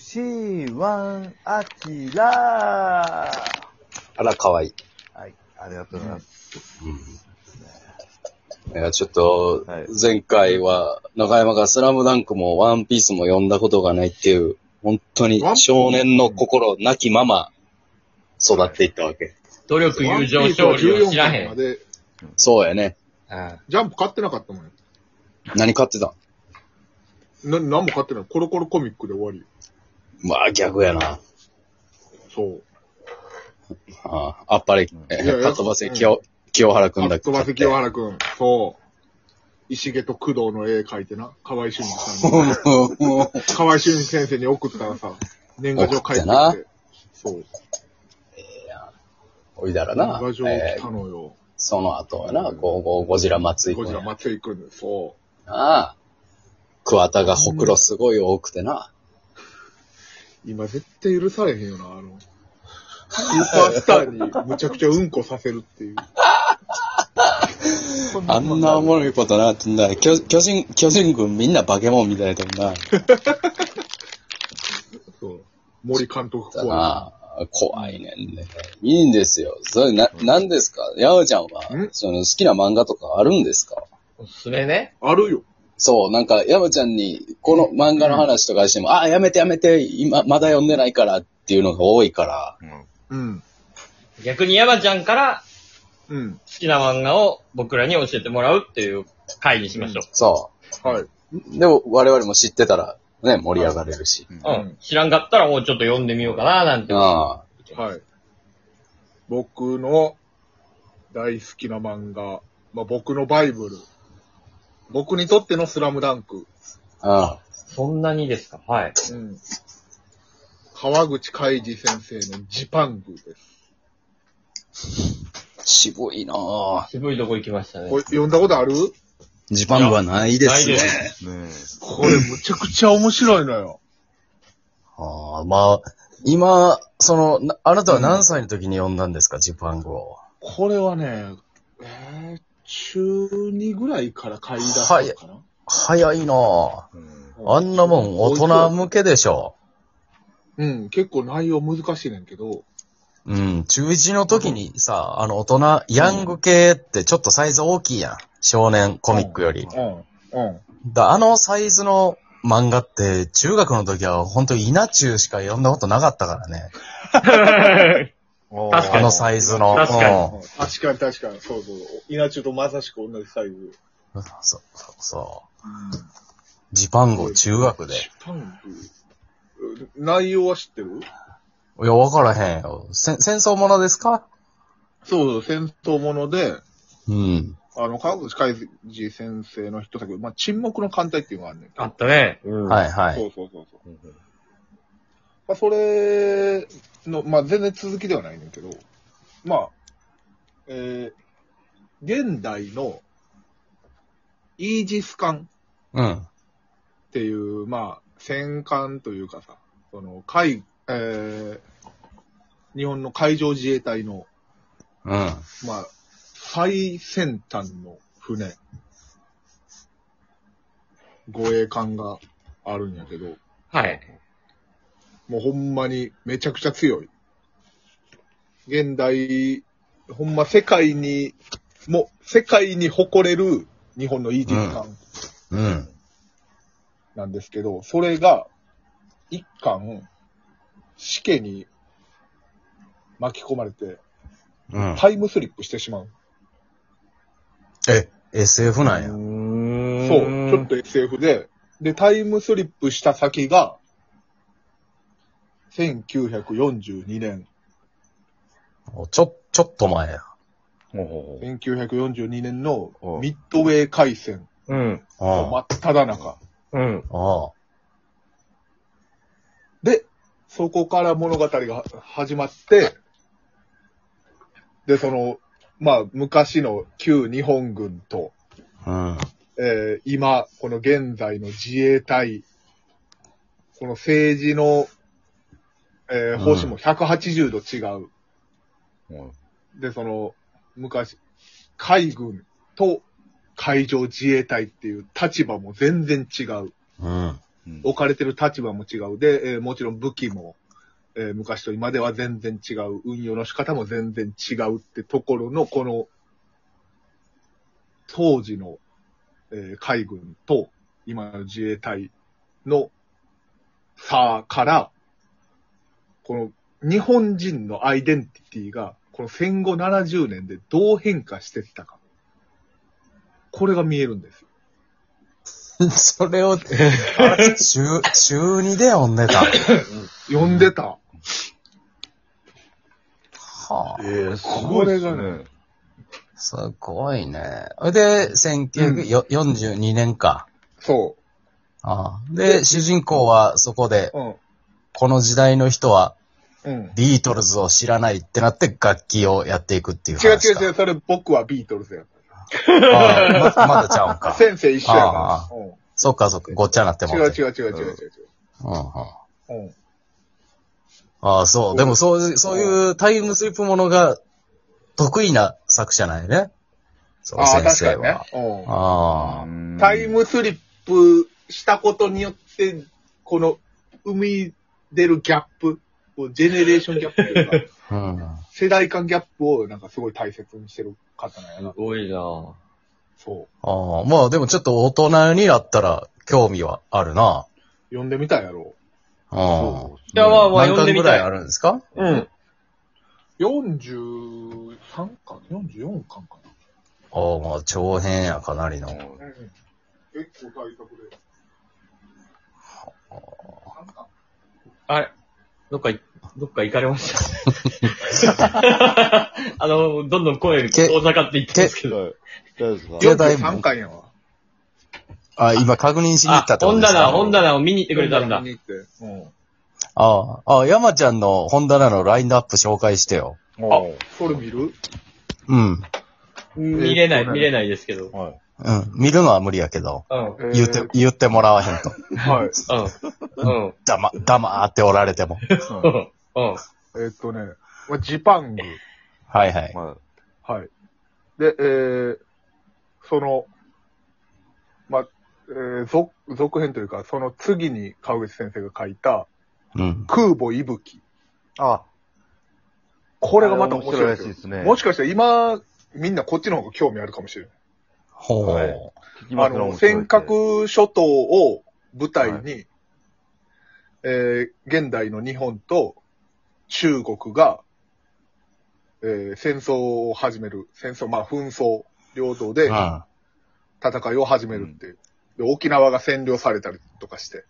4MC1 アキラあら、かわいい。はい、ありがとうございます。いや、ちょっとはい、前回は、中山がスラムダンクもワンピースも読んだことがないっていう、本当に少年の心なきまま育っていったわけ。努力、友情、勝利を知らへん。ワンピースは14巻まで、そうやね。うんジャンプ買ってなかったもんよ。何買ってたな、何も買ってない。コロコロコミックで終わりよ。まあ、逆やな。そう。ああ、あっぱれ、えいやー、かっ飛ばせ、清清原くんだっけ飛ばせ清原くん。そう。石毛と工藤の絵描いてな。河合俊二さんに。もう河合俊二先生に送ったらさ、年賀状書いて送ったなきて。そう。 おいだら年な賀、状え来ーたのよ。その後やな、ゴゴゴジラ祭り。ゴジラ松井くんで。そああ。桑田がほくろすごい多くてな。う。今絶対許されへんよな、あの。スーパースターにむちゃくちゃうんこさせるっていう。あんなおもろいことなってんだ。巨巨人、巨人軍みんな化け物みたいだもんな。そう。森監督だ怖な。怖いねんね。いいんですよ。それな、なんですかヤオちゃんはん、その好きな漫画とかあるんですかおすすめね。い。あるよ。そう、なんか、ヤオちゃんに、この漫画の話とかしても、あ、やめてやめて、今、まだ読んでないからっていうのが多いから、うん。逆に山ちゃんからうん。好きな漫画を僕らに教えてもらうっていう回にしましょそはい。う。でも、我々も知ってたら、ね、盛り上がれるし。う。うん。知らんかったらもうちょっと読んでみようかな、なんて。ああ、はい。僕の大好きな漫画、まあ、僕のバイブル。僕にとってのスラムダンク。ああ。そんなにですかはい。うん。川口海二先生のジパングです。渋いなぁ。渋いとこ行きましたねこ。れ、読んだことあるジパンはないですねない。でねこれ、むちゃくちゃ面白いのよ。ああ、まあ、今、その、なあなたは何歳の時に読んだんですか、ジパン語を。これはね、えー、中2ぐらいから買い出したのかな、早いなあえ。うんあんなもん大人向けでしょ。うん、結構内容難しいねんけど、うん、中1の時にさ、あの大人、ヤング系ってちょっとサイズ大きいやん。少年コミックより。うん、うん。だあのサイズの漫画って中学の時は本当稲中しか読んだことなかったからね。 確かあにのサイズの。確かにうん確かに確かに、そうそう。稲中とまさしく同じサイズ。そう、そうそう。ジパンゴ中学で。ジパング。内容は知ってるいや、わからへんよ。せ戦争ものですかそう、戦闘もので、うん。あの、川口海二先生の一作、まあ、沈黙の艦隊っていうのがあるねんけどあったね。はいはそい。うそうそうそう。まあ、それの、まあ、全然続きではないねんけど、まあ、えー、現代のイージス艦うん。っていう、まあ、戦艦というかさ、その、海、えー、日本の海上自衛隊の、うん。まあ、最先端の船、護衛艦があるんやけど、はい。もうほんまにめちゃくちゃ強い。現代、ほんま世界に、もう世界に誇れる日本のイージス艦。うん。なんですけど、それが、一巻、死刑に巻き込まれて、うん。タイムスリップしてしまう。え、SF なんや。んそう、ちょっと SF で、で、タイムスリップした先が、1942年。ちょ、ちょっと前や。ほ1942年のおミッドウェー海戦うん。うん。真っ只中。うん。あで、そこから物語が始まって、で、その、まあ、昔の旧日本軍と、あ。えー今、この現在の自衛隊、この政治の、えー方針も180度違う。う。で、その、昔、海軍と海上自衛隊っていう立場も全然違う。うん。ううん置かれてる立場も違うで、えーもちろん武器も、えー昔と今では全然違う、運用の仕方も全然違うってところの、この、当時の、えー海軍と今の自衛隊の差から、この日本人のアイデンティティが、この戦後70年でどう変化してったか。これが見えるんです よ。それを、週、週2で読んでた。読んでた。はあ、ええすごいっすねこれがねすごいね。それで、1942年か。そああで、主人公はそこで、う。うん。この時代の人はうん。ビートルズを知らないってなって楽器をやっていくっていう違う話違か。う違う、それ僕はビートルズやかああままだちゃうんら。か。先生一緒やあかあら。うんそっかそっか、ごっちゃなっても違ううて。違う違う違う違う。うんうんうん。うんああ、そう。でもそういう、そういうタイムスリップものが得意な作者なんやね。そのああ、先確か生にねは。。うああ。うんん。タイムスリップしたことによって、この生み出るギャップ、こうジェネレーションギャップとい うか、うん。世代間ギャップをなんかすごい大切にしてる方なんやすな。ごいなぁ。そう。ああ、まあでもちょっと大人になったら興味はあるな。読んでみたいやろ。ああ。いや、まあまあ、何読巻んでぐみらたいあい。るんですかうん。 43巻 ?44 巻かああ、まあ長編やかなりの。な。うん。結構大作で。あれどっかい、どっか行かれました。あの、どんどん声が遠ざかっていってますけど。大丈夫ですか携帯も43巻やわ。あ今確認しに行あったっ、てこと本ですか棚、本棚を見に行ってくれたんだ。うん。ああ、ああ、山ちゃんの本棚のラインナップ紹介してよ。おうそれ見るうん。見れない、見れない。ないですけど。はい。うん。見るのは無理やけど。うん。うん。言って、言ってもらわへんと。えーはい。うん。黙、黙っておられても。うん。うん。えーっとね、まあジパング。はいはい。まはい。で、えー、その、まあ、えー続、続編というか、その次に川口先生が書いた、うん。空母息吹。あ、あ、これがまた面白いらでしすいよですね。もしかしたら今、みんなこっちの方が興味あるかもしれない。ほう。はい聞きまあすねの、尖。閣諸島を舞台に、えー現代の日本と中国が、えー戦争を始める。戦争、まあ紛争、領土でうん。戦いを始めるっていう。で、沖縄が占領されたりとかして。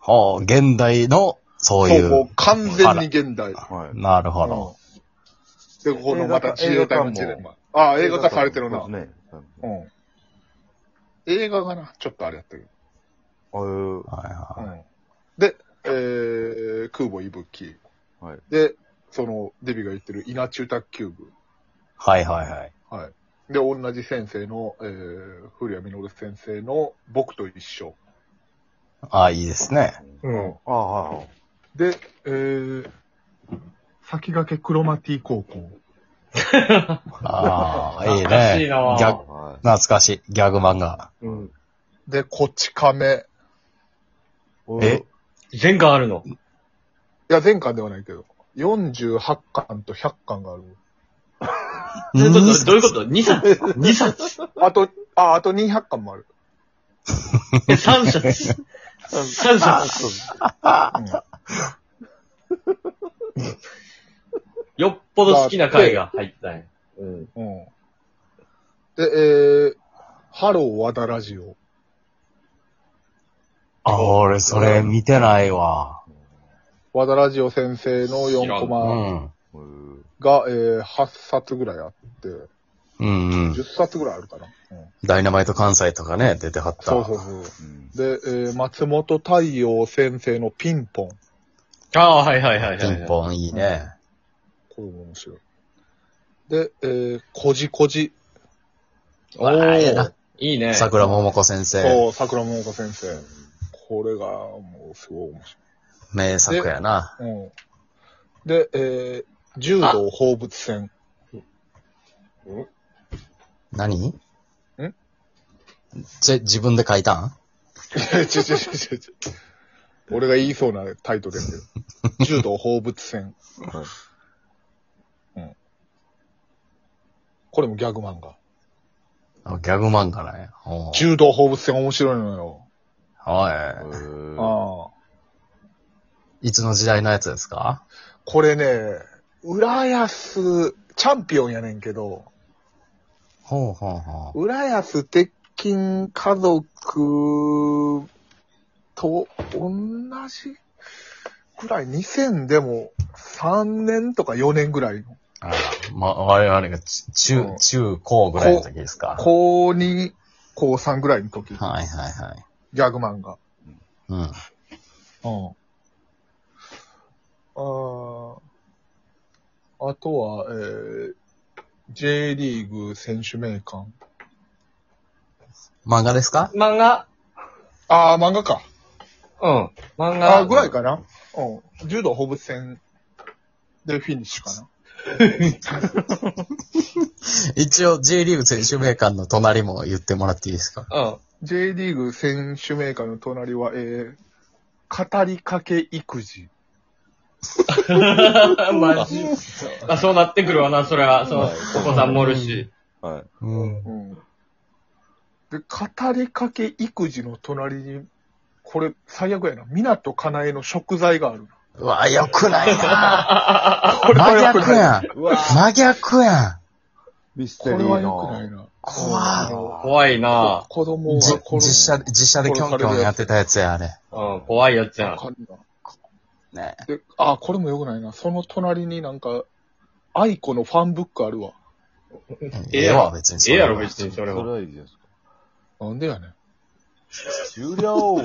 ほう。現代の、そういそう、もうう。完全に現代。はい。なるほど。うんで、このまた自衛隊のジレンマ。ああ、映画化されてるな。そうですね。うん。映画がな、ちょっとあれやったけど。あうはいはうんで、えー、空母いぶき。はいで、その、デビが言ってる稲中卓球部。い。はいはいはい。はい。で、同じ先生の、えー、古谷実先生の僕と一緒。ああ、いいですね。うん。ああ、はい。で、えー、先駆けクロマティ高校。ああ、いい懐かしいね。なぁ逆は懐かしい。ギャグ漫画。うん。で、こち亀。い。え全巻あるの。いや、前巻ではないけど。48巻と100巻がある。どううんいうこと ?2 冊 ?2 冊あと、あ、あと200巻もある。え ?3 冊 ?3 冊よっぽど好きな回が入ったんや。うん。うん。うん。で、えー、ハロー和田ラジオ。あ、俺、それ見てないわ。和田ラジオ先生の4コうマん。うんが、えー8冊ぐらいあって、うんうん。 10冊ぐらいあるかな。うんダイナマイト関西とかね、出てはった。そうそうそう。うんで、えー松本太陽先生のピンポン。ああ、はいはいはいはい。ピンポンいいね。これも面白い。で、えー、こじこじ。おわあええな。いいね。桜桃子先生。そう、桜桃子先生。これが、もう、すごい面名作やな。白い。うん。で、えー、柔道放物線。何んじ自分で書いたん違う違う違う違う。 俺が言いそうなタイトルやけど。柔道放物線。はいうん。これもギャグ漫画。あギャグ漫画なんや。おう柔道放物線面白いのよ。えはーああ。い。いつの時代のやつですかこれね、浦安、チャンピオンやねんけど、ほうほうほう。浦安鉄筋家族と同じくらい、2000でも3年とか4年ぐらいの。あま、我々がち中うん、中高ぐらいの時ですか。はい高2、高3ぐらいの時、ギはいはい。ャグ漫画。うん。うん。ああ。あとは、えー、J リーグ選手名鑑。漫画ですか漫画ああ、漫画か。うん。漫あ画。あ、ぐらいかな。うん。柔道放物線でフィニッシュかな。一応 J リーグ選手名鑑の隣も言ってもらっていいですかうん。 J リーグ選手名鑑の隣は、えー、語りかけ育児。マジ。あ、そうなってくるわな、そりゃ。そう、お子さんもおるし。はい。うん。うん。で、語りかけ育児の隣に、これ、最悪やな。港かなえの食材がある。うわ、良くないなこれは真良く逆ない。やん。うわ真逆やん。ミスこテリれーは良くないの。な。怖怖いな子供っ。はじこれ実写、実写でキョンキョンやってたやつや、あれ。うん、怖いやつやわん。かんないねで、あ、これも良くないな。その隣になんか、愛子のファンブックあるわ。えええやわ、ろ。別にそええれは。やろ、別にそそれれは。はいいじゃないですか。なんでやねん。終了